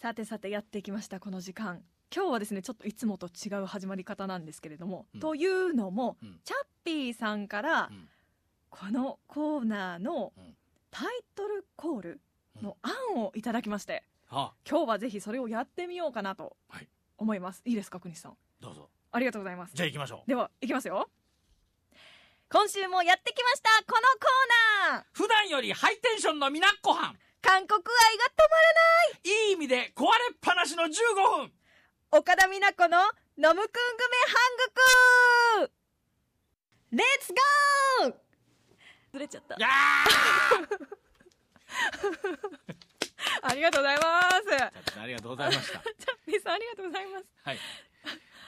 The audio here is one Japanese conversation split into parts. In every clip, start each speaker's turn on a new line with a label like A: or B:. A: さてさてやってきましたこの時間今日はですねちょっといつもと違う始まり方なんですけれども、
B: うん
A: というのも、
B: うん
A: チャッピーさんから、
B: うん
A: このコーナーの
B: うん
A: タイトルコールの案をいただきまして、
B: は
A: 今日はぜひそれをやってみようかなと
B: はい
A: 思います、い、いですか国士さん
B: あ、どうぞ。
A: ありがとうございます
B: じゃあ行きましょう。
A: では行きますよ今週もやってきましたこのコーナー
B: 普段よりハイテンションのみなっこはん。
A: 韓国愛が止まらない
B: いい意味で壊れっぱなしの15分。
A: 岡田美奈子のノムクングメハングクレッツゴーずれちゃった
B: や
A: ありがとうございます
B: ーありがとうございました。
A: チャッピーさんありがとうございます
B: はい。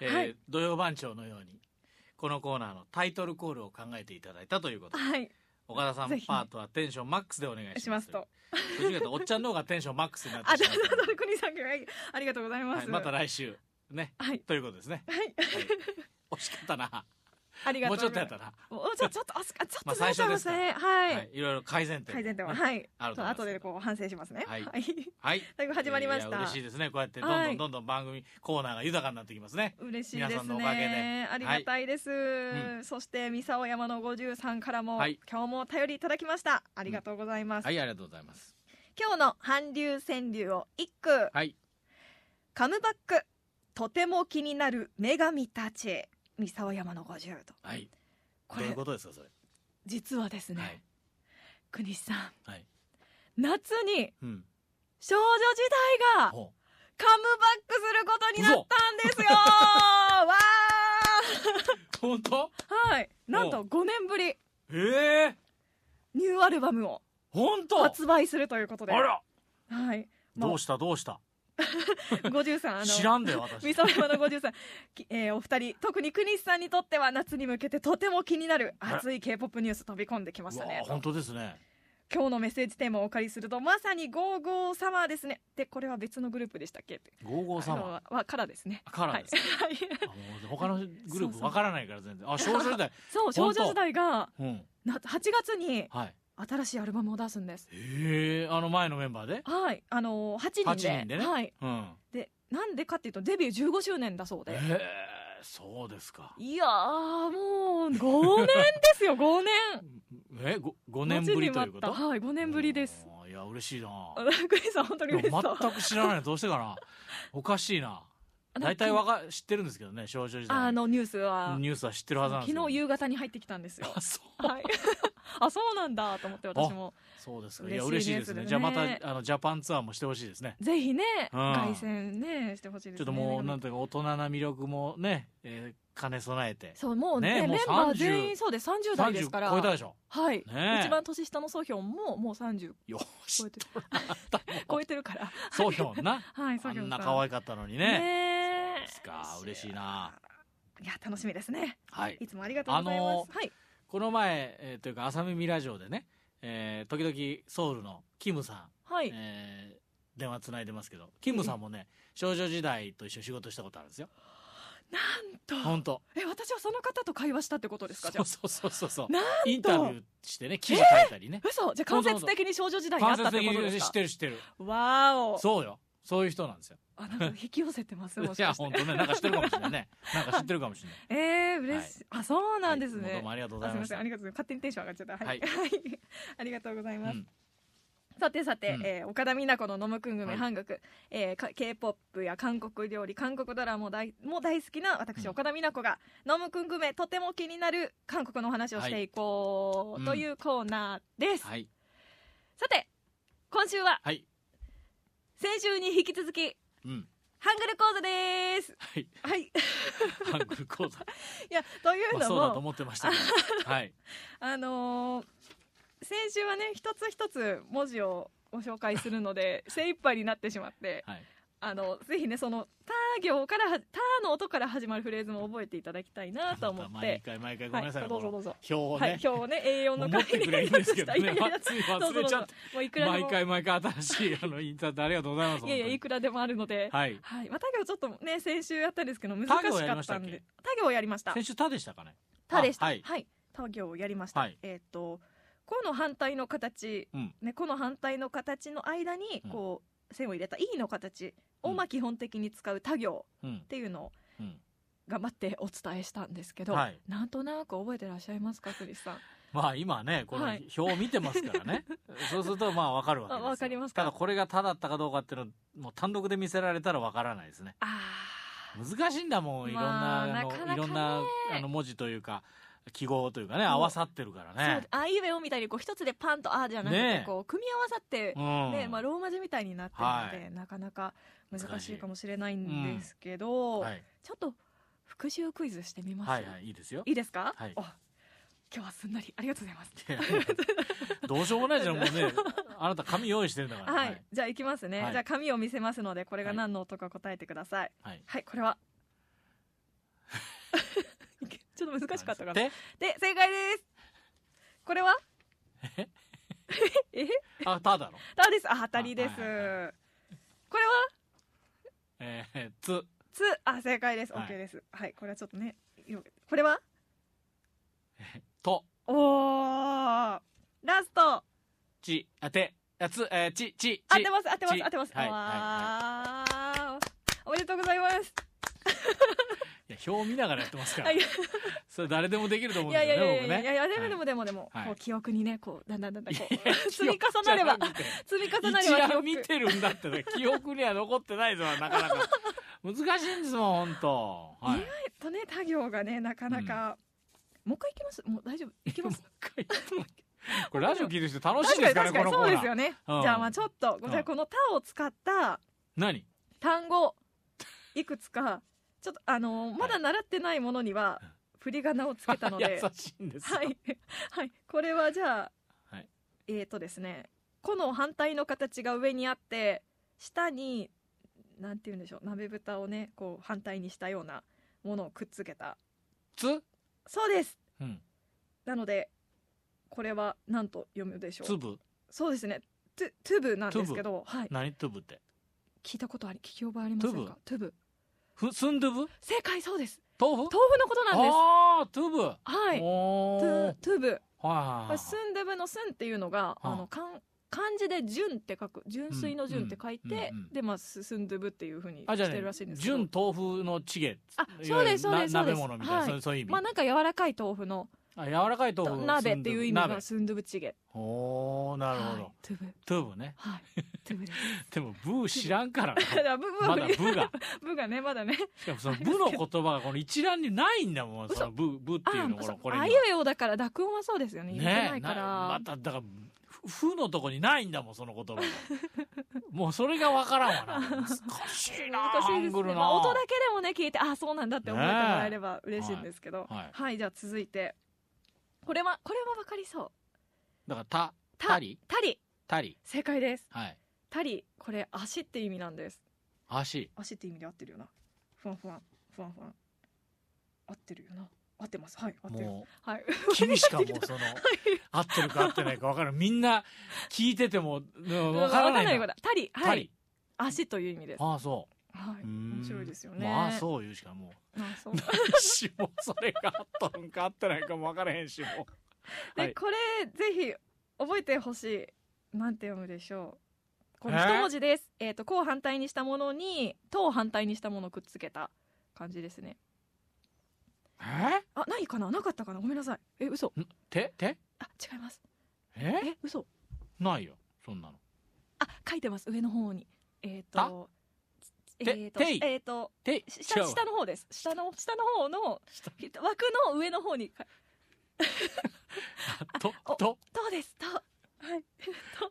B: えー
A: はい
B: 土曜番長のように、このコーナーのタイトルコールを考えていただいたということで、
A: はい
B: 岡田さん
A: ぜひ
B: パートはテンションマックスでお願いします。
A: しますと
B: どちらかというとおっちゃんの方がテンションマックスにな
A: あ
B: っ
A: じ
B: て
A: ゃ
B: し
A: あ
B: ま
A: じゃ
B: うから
A: あ国さんはいありがとうございま
B: はい
A: す
B: また来週。ね。
A: はい
B: ということですね。
A: はい
B: はい、惜しかったな。
A: ありがと
B: も
A: う
B: う
A: ご
B: ち
A: ざい
B: ょ
A: ま
B: っと
A: す
B: やったな。
A: もうちょちょっとあすあちょ
B: ま
A: っ
B: あ
A: とずれちゃいますねはい、
B: はい。いろいろ改善点。
A: 改善点ははい
B: あると
A: と
B: 思います
A: 後でこう反省しますね
B: はい
A: はい
B: はい。
A: だいぶ始まりました
B: いや嬉しいですね。こうやってどん
A: は
B: ど
A: い
B: んどんどん番組コーナーが豊かになってきますね。
A: 嬉しいで
B: 皆
A: す
B: さんのおかげで
A: ねありがたいです、
B: う
A: そして三沢山の53からも、
B: はい
A: 今日もお便りいただきましたありがとうございます、
B: はい、ありがとうございます。
A: 今日の韓流川柳を一句、
B: はい。
A: カムバックとても気になる女神たち三沢山の50と
B: はい。
A: こ
B: どうい
A: れ
B: うことですか、それ。
A: 実はですね、
B: はい。
A: 国士さん
B: はい。
A: 夏に
B: うん。
A: 少女時代が
B: ほう
A: カムバックすることになったんですよわ
B: 本当
A: ーはいなんと5年ぶり
B: ええ
A: ニューアルバムを
B: 本当あ
A: 発売するということで
B: ら
A: はい、
B: どうしたどうした
A: 53あの
B: 知らんで私。
A: 三沢山の53、きえー、お二人特に国西さんにとっては夏に向けてとても気になる熱い K-POP ニュース飛び込んできまし
B: う
A: た
B: わ
A: ね
B: 本当ですね。
A: 今日のメッセージテーマをお借りするとまさに「ゴーゴーサマー」ですねでこれは別のグループでしたっけって
B: ゴーゴー
A: あの
B: 様。
A: はからですね
B: あからですね
A: はい、 はい
B: あもう他のグルー
A: そう
B: プ
A: そう
B: わからないから全然。あ、少女 時代。
A: そう少女時代が
B: うん。
A: な8月に
B: はい。
A: 新しいアルバムを出すんです
B: ええあの前のメンバーで
A: はいあのー、8人で
B: 8人でね
A: はい、
B: うん。
A: でなんでかっていうとデビュー15周年だそう
B: え
A: で
B: えそうですか。
A: いやーもう5年ですよ5年
B: え ご5年ぶりとい
A: 待ちに
B: うこと
A: 待ったはい5年ぶりです
B: おーいや嬉しいな
A: あクリスさん本当に嬉し
B: いや
A: そう
B: 全く知らないのどうしてかなおかしいな大体わか知ってるんですけどね少女時代
A: あのニュースは
B: ニュースは知ってるはずなんですけど
A: 昨日夕方に入ってきたんです よ
B: あそう
A: はい あそうなんだと思って私も
B: そうですかいや
A: 嬉し
B: 嬉し
A: い
B: い
A: ニュー
B: で
A: スで
B: すね
A: ね
B: じゃあまたあのジャパンツアーもしてほしいですね
A: ぜひね
B: うん
A: 凱旋ねしてほしいですね
B: ちょっともうなん
A: て
B: ていうか大人な魅力もね、えー兼ね備えて
A: そうもうね
B: ねもう
A: メンバー
B: 30
A: 全員そうです30代ですから
B: 30超えたでしょ
A: はい、
B: ねえ
A: 一番年下のソヒョンももう30
B: よし
A: 超えてる超えてるから
B: そうひょんな
A: はいソ
B: あ
A: ヒョンさん
B: んな可愛かったのにね
A: ね
B: そうですか嬉しいない
A: や楽しみですね
B: はい
A: いつもありがとうございます、
B: あのー
A: はい
B: この前、えーというか朝耳ラジオでね、えー時々ソウルのキムさ
A: は
B: ん、
A: い、
B: えー電話つないでますけどキムさんもね少女時代と一緒に仕事したことあるんですよ
A: なんと
B: 本当
A: え私はその方と会話したってことですかじ
B: そ
A: ゃ
B: うそうそうそうそう
A: なん
B: インタビューしてね記事書いたりね
A: あ、嘘じゃあ間接的に少女時 代にあ
B: 間
A: った
B: 接
A: って
B: 的
A: ことです
B: に知
A: か
B: ってる知ってる
A: わーお
B: そうよそういう人なんですよ
A: あなんか引き寄せて ますもし
B: いや
A: かして
B: 本当ねなんか知ってるかもしれないねなんか知ってるかもしれない
A: えー、嬉しい、あそうなんです
B: はい
A: ね、
B: どうもありがとうご
A: あ
B: ざ
A: すみま
B: いまし
A: せん
B: た
A: ありがとうございます勝手にテンション上がっちゃった はい、
B: は
A: ありがとうございます、
B: うん
A: さてさて、
B: うん
A: えー岡田美奈子の「ノムクングメ
B: はい
A: 半額」えーか K-POP や韓国料理韓国ドラマも大も大好きな私、
B: うん
A: 岡田美奈子が「ノムクングメとても気になる韓国のお話をしていこう」
B: はい
A: というコーナーです、
B: はい
A: さて今週は
B: はい
A: 先週に引き続き
B: うん
A: ハングル講座です
B: はい
A: はい い
B: ハングル 講座
A: やという
B: まあ
A: のも、
B: そうだと思ってましたけ どはい
A: あのー先週はね一つ一つ文字をご紹介するので精一杯になってしまって
B: はい
A: あのぜひねその「た」行からは「た」の音から始まるフレーズも覚えていただきたいなと思
B: また
A: っ
B: 毎
A: て
B: 回毎回ごめんなさい
A: は
B: ね
A: いどうぞ
B: この
A: どうぞ
B: 表を
A: は
B: ね
A: い、表をね A4 の
B: 持ってくればいいんですけどね
A: いやいやいや
B: つい忘れちゃって
A: もういくらで
B: 毎
A: も
B: 回毎回新しいあのインターネットありがとうございます
A: いやいやい
B: 本
A: くらでもあるので
B: 当にはい
A: はい、まあ、た行ちょっとね先週やったんですけど難し
B: た行やり
A: か
B: ま
A: っ
B: した
A: た
B: っ
A: ん
B: け
A: でた行をやりました
B: 先週たでしたかね
A: たでした
B: あ
A: は、
B: はいい
A: た行をやりました、
B: はい
A: えーっ、と「こ」の反対の形、
B: うん
A: ね、この反対の形の間に
B: うん
A: こう、線を入れた E の形をまあ基本的に使う他行
B: うん
A: っ。ていうのを
B: うん。
A: 頑張ってお伝えしたんですけど、
B: はい
A: なんとなく覚えてらっしゃいますかクリスさん
B: まあ今ね、この
A: はい
B: 表を見てますからね。そうするとまあわかるわけですよ。
A: あわかりますか
B: ただこれがただったかどうかっていうのもう単独で見せられたらわからないですね。
A: あー
B: 難しいんだもん、いろんな、
A: まあ
B: あの
A: なかなかね
B: いろんなあの文字というか、記号というかね、
A: う
B: 合わさってるか
A: そ
B: ら
A: う
B: ね。
A: あいうえおみたいにこう一つでパンとあーじゃなくて、
B: ねえ
A: こう組み合わさって
B: う、ん。
A: ねまあ、ローマ字みたいになってるので、なかなか難
B: 難
A: し
B: し
A: い
B: い
A: かもしれないんですけど、
B: はい、
A: ちょっと復習クイズしてみます、
B: はい
A: い
B: はい、いいですよ。
A: いですか、
B: はい
A: お今日はすんなりありがとうござい ます
B: いや どうしようもないじゃん、もうね。あなた紙用意してるんだから。
A: はい、じゃあいきますね、
B: はい
A: じゃあ紙を見せますのでこれが何の音か答えてください
B: はい。はい
A: はいこ れは いけちょっと難しかったかなで
B: で
A: 正解ですこれはええ
B: あ、ただろ。
A: ただですあ当たりです、
B: あはいはい
A: これは
B: えー、つ、
A: つあ正解です
B: はい
A: OK ですはいこれはちょっとねよこれは
B: と、
A: おーラスト
B: ち、あて、あつ、えー、ち、ち、ち。
A: 当てます当てます
B: ち
A: 当てます、
B: はい
A: わーおめでとうございます
B: いや、表を見ながらやってますか
A: あ
B: ら
A: い。や
B: それ誰でもできると思うん
A: い
B: で
A: や
B: す
A: いや
B: よ
A: いやい
B: ね、僕
A: やいや
B: ね。
A: いやでもでもでもでも、
B: はい
A: こう記憶にねこうだんだんだんだんこ
B: いや
A: う積み重なれば
B: 記憶じゃなくて
A: 積み 重なれば記
B: 一覧
A: 憶
B: 見てるんだってね、記憶には残ってないぞ、なかなか。難しいんですもん、本当。はい。も
A: とね他行がねなかなか、もう一回いきますもう大丈夫いきま
B: う
A: す
B: 一回言ってもこれラジオ聞いてる人楽しいですかね、
A: 確か
B: この
A: に確
B: コ
A: かにそうです
B: ーナ
A: よね、
B: ー。うん
A: じゃあまあちょっと、
B: ん
A: じゃあこの「た」を使った
B: 何
A: 単語いくつかちょっとあのーまだ習ってないものには
B: うん
A: 振り仮名をつけたので
B: 優 しいんですよ。
A: はい、 はい、これはじゃあ、
B: はい
A: えーとですね「こ」の反対の形が上にあって下になんて言うんでしょう鍋蓋をねこう反対にしたようなものをくっつけた
B: つ
A: そうです
B: うん。
A: なのでこれは何と読むでしょう
B: 粒
A: そうですねトゥトゥブなんですけど、はい、
B: 何粒って
A: 聞いたことあり聞き覚えありませんかトゥブ
B: ふスンドゥブ
A: 正解そうです
B: 豆腐
A: 豆腐のことなんです
B: ああトゥブ
A: はい
B: お
A: ト
B: ー
A: ゥトゥブ
B: はいはいはい
A: スンデブの「スン」っていうのがあの漢漢字で「純」って書く純粋の「純」って書いて
B: うんうんうん
A: でまあススンデブっていうふうに
B: あじゃ
A: し
B: あ
A: て
B: ね
A: るらしいんですけど
B: 純豆腐のチゲ
A: あそうですそうです
B: い
A: そ
B: わ
A: う
B: ゆ
A: で
B: るな鍋
A: す
B: 物みたいな、
A: はい
B: そうそういう意味
A: まあなんか柔らかい豆腐の
B: あ柔らかい豆腐
A: 鍋っていう意味
B: スンドゥブ
A: が
B: 鍋
A: スンドゥブチゲ
B: おーなるほど、
A: はいトゥブ
B: トゥブね
A: はいトゥブです
B: でもブー知ら んからな
A: だからブブ
B: まだブ
A: ブ
B: ーが
A: ブがねま だね
B: しかもそのブの言葉がこの一覧にないんだもん
A: 嘘
B: そのブブっていうの
A: あ
B: こ
A: そ
B: の
A: う
B: これ
A: あ
B: に
A: いう
B: は
A: えおだから濁音はそうですよね言ってないから、
B: なまただからふふのとこにないんだもんその言 葉がもうそれがわからんわな難しいな
A: 難しい
B: ハ
A: です
B: ング
A: ね、
B: ルな、
A: まあ、音だけでもね聞いてあそうなんだって思えてもらえれば嬉しいんですけど、
B: はいはい
A: じゃあ続いてこれはこれは分かりそう
B: だからた
A: た
B: たり
A: タリ
B: たり
A: 正解です
B: はい
A: タリこれ足って意味なんです
B: 足
A: 足って意味で合ってるよなふわんふわんふわんふわん合ってるよな合ってますはい合ってる
B: も
A: は いう
B: 君しかもう
A: 出てきた
B: その合ってるか合ってないか分からんみんな聞いててもうん分からな
A: わ
B: いん
A: こ
B: だ
A: とタリは
B: た
A: い
B: り
A: 足という意味ですは
B: ああそう
A: いう
B: ーん
A: 面白いですよね
B: まあそう言うしかも
A: あそう
B: う 何しもそれがあったのかあってないかも分からへんしもうは
A: で
B: い
A: これぜひ覚えてほしいなんて読むでしょうこれ
B: えー
A: 一文字ですえっ、と「こ」を反対にしたものに「と」を反対にしたものをくっつけた感じですね
B: え
A: あないかななかったかなごめんなさいえ嘘
B: ん手手
A: あ違います
B: え
A: え嘘
B: ないよそんなの
A: あ書いてます上の方にえっ、とえっ、
B: て
A: と
B: てい
A: えっ、と
B: 手
A: 下下の方です下の下の方の
B: 下
A: 枠の上の方にか
B: と
A: お
B: と
A: 「と」です「と」はい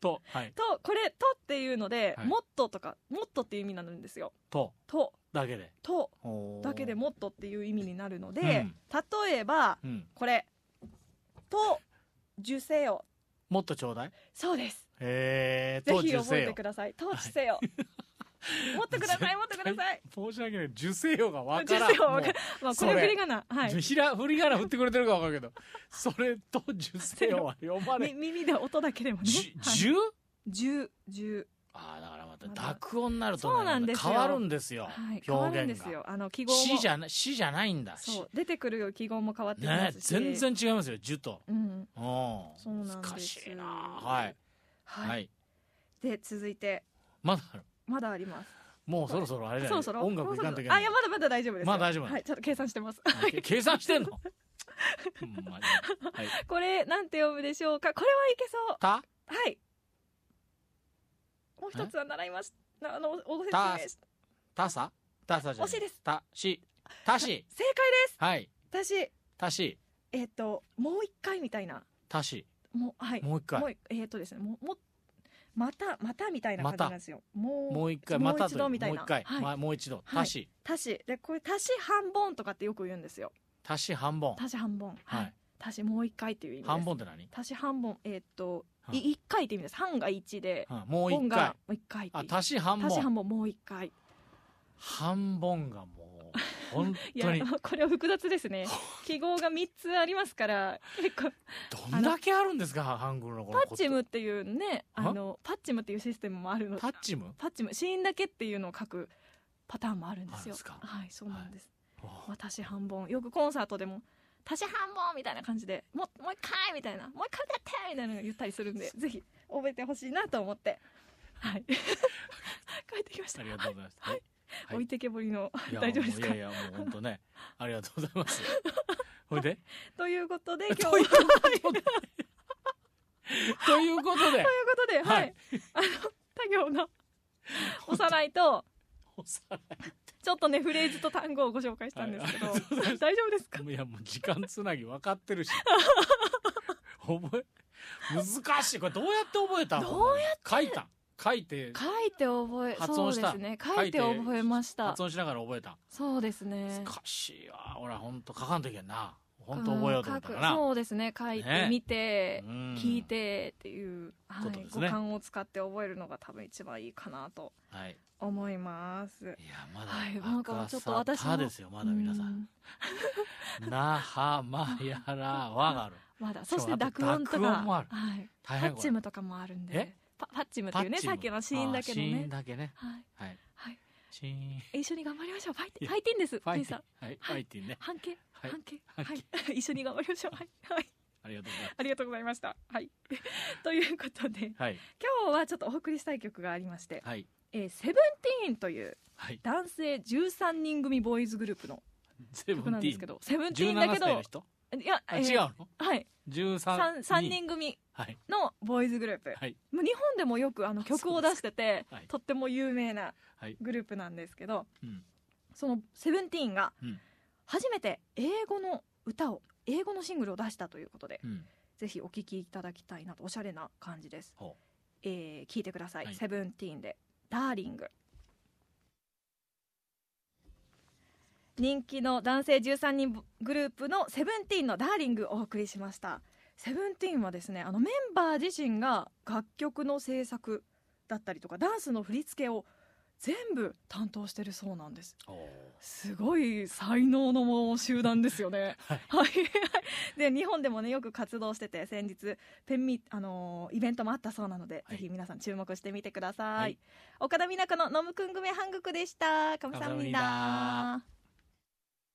B: とは
A: 「
B: い
A: と」これ「と」っていうので「
B: はい
A: もっと」とか「もっと」っていう意味なんですよ
B: と
A: 「と」
B: だけで
A: 「と」
B: おー
A: だけでもっとっていう意味になるので、
B: うん
A: 例えば
B: うん
A: これ「と受精よ
B: もっとちょうだい」
A: そうです
B: えー
A: ぜ
B: と
A: ひ
B: 受
A: 覚
B: 精
A: え
B: よ
A: てください「と受精よ」持ってください持ってください
B: 申し訳ない受精用がわからん
A: 受精用がわか
B: もう
A: まあこ
B: そ
A: れ
B: れ
A: 振り仮名はい
B: ひら振り仮名振ってくれてるかわかる けどそれと受精用は読まれ
A: み
B: ん
A: 耳で音だけでもね
B: じゅ
A: はい
B: 十、
A: 十十
B: ああだからまた
A: まだ
B: 濁音になると、ね、
A: そうなんですよ
B: 変わるんですよ、
A: はい変わ
B: 表
A: るんで
B: 現
A: す
B: が
A: よあの記号も
B: 死じゃな死じゃないんだ
A: そう出てくる記号も変わってきま
B: ね
A: すし
B: 全然違いますよ受と
A: うん
B: うん
A: そうなんです
B: 難しいなはい、
A: は
B: はいい、
A: で続いて
B: まだある
A: まだあります。
B: もうそろそろあれだよ、ね、
A: そろそろ
B: 音楽いかんといけ
A: あ
B: ない
A: いやまだまだ大丈夫ですよ。
B: まだ大丈夫なの
A: はいちょっと計算してます。
B: け計算し てんのほんまにはい
A: これなんて読むでしょうか。これはいけそう。
B: た
A: はい。もう一つは習いました。あのお説
B: た
A: 明し
B: たさたさじゃない
A: 惜しいです
B: たしたし
A: 正解
B: はい
A: です。私
B: たし
A: えっ、ともう一回みたいな
B: たし
A: もうはい。
B: もう一回
A: もうえっ、とですねもうもうまたまたみたいな感じなんですよ。もう
B: もう一回また
A: もう一度みたいな
B: もう一回、
A: はい
B: まもう一度
A: はい
B: たし
A: 足しでこれ足し半分とかってよく言うんですよ。
B: たし半分
A: 足し半分
B: は
A: はいい。足しもう一回っていう意味です。
B: 半分って何、
A: 足し半分えーっと
B: はい
A: い一回って意味です。半が一で
B: うんもう
A: 本
B: 一回
A: がもう一回ってい
B: あ
A: う。
B: たし半分
A: 足し半分もう一回。
B: 半分がもう本
A: いや
B: 当に
A: これは複雑です ね。記号が三つありますから結構
B: どんだけあるんですかハングルのこの
A: パッチムっていうねあのパッチムっていうシステムもあるの
B: タッチム
A: パッチムシーンだけっていうのを書くパターンもあるんで
B: あ
A: す
B: る
A: よ
B: んですか
A: はいそうなんです、
B: あ
A: まあ足し半分よくコンサートでも足し半分みたいな感じでもうもう一回みたいなもう一回歌ってみたいなのを言ったりするん でぜひ覚えてほしいなと思ってはい書いてきました
B: ありがとうございます、はいはい
A: 置いてけぼりの
B: いや
A: 大丈夫ですか
B: もういやいやもう本当ねありがとうござい ますほいで
A: ということ で今日は
B: と
A: と
B: い
A: いうう
B: こ
A: こと
B: でということで
A: とではい、
B: はい
A: あの他行のおさらいと
B: おさらい
A: ちょっとねフレーズと単語をご紹介したんですけど、
B: はいありがとうございます
A: 大丈夫ですか
B: いやもう時間つなぎ分かってるし 覚え難しいこれどうやって覚えたの
A: どう
B: やって書いた書いて
A: 書いて覚え
B: 発音した
A: そうですね
B: 書
A: 書
B: い
A: い
B: て
A: て覚えました
B: 発音しながら覚えた
A: そうですね
B: 難しいわ俺は本当書かんといけんな本当覚えようと思ったか
A: うん
B: ら
A: 書く
B: な
A: そうですね書い
B: ね
A: てみて、
B: うん
A: 聞いてっていう、は
B: こ
A: い
B: とです
A: 五
B: ね
A: 感を使って覚えるのが多分一番いいかなと
B: はい
A: 思います
B: いやまだ
A: はいなんかちょっと
B: 赤
A: 私
B: さ
A: も
B: たですよまだ皆さ
A: うんん
B: なはまやらわがある
A: まだそして
B: そうあと
A: 濁音とか
B: 濁音もある
A: はい、
B: 大
A: パ
B: 変
A: ッ
B: こ
A: チ
B: れ
A: ムとかもあるんで
B: え
A: パパッチムっていうね
B: パッチ
A: さっきのシーンだけど
B: あシーン
A: ね
B: だけね
A: はい
B: はい
A: はい
B: シーン
A: え一緒に頑張りましょうファイティ
B: いや
A: ファイティンです
B: ファイ
A: 兄
B: テ
A: さ
B: ィン
A: ん
B: はいファイティンね
A: 半径
B: はい
A: 半径
B: 半径
A: はい 一緒に頑張りましょうはいはい
B: ありがとうございます
A: ありがとうございましたはい ということで
B: はい
A: 今日はちょっとお送りしたい曲がありまして
B: はい
A: 「えーセブンティーンという
B: はい
A: 男性13人組ボーイズグループの
B: セブ
A: 曲
B: ン
A: なん
B: テ
A: で
B: ィ
A: す
B: ー
A: け
B: ン
A: どセブンティーンだ
B: 17
A: け
B: 歳
A: ど
B: の人
A: いや、
B: あ
A: えー
B: 違うの
A: はい
B: 13
A: 3, 3人組
B: はい
A: のボーイズグループ
B: はい
A: もう日本でもよくあの曲を出してて、
B: はい
A: とっても有名な
B: はい
A: グループなんですけど
B: うん
A: そのセブンティーンが
B: うん
A: 初めて英語の歌を英語のシングルを出したということで、
B: うん
A: ぜひお聴きいただきたいなとおしゃれな感じです
B: ほう
A: えー、聞いてください、
B: はい
A: セブンティーンで「ダーリング」人気の男性13人グループのセブンティーンの「ダーリング」をお送りしましたセブンティーンはですねあのメンバー自身が楽曲の制作だったりとかダンスの振り付けを全部担当してるそうなんです
B: おー
A: すごい才能のもう集団ですよね
B: はい
A: はい で日本でもねよく活動してて先日ペンミあのーイベントもあったそうなので、
B: はい
A: ぜひ皆さん注目してみてください、
B: はい
A: 岡田美奈子の「ノムくん組半国」でしたカムサハムニダ
B: 감사합니다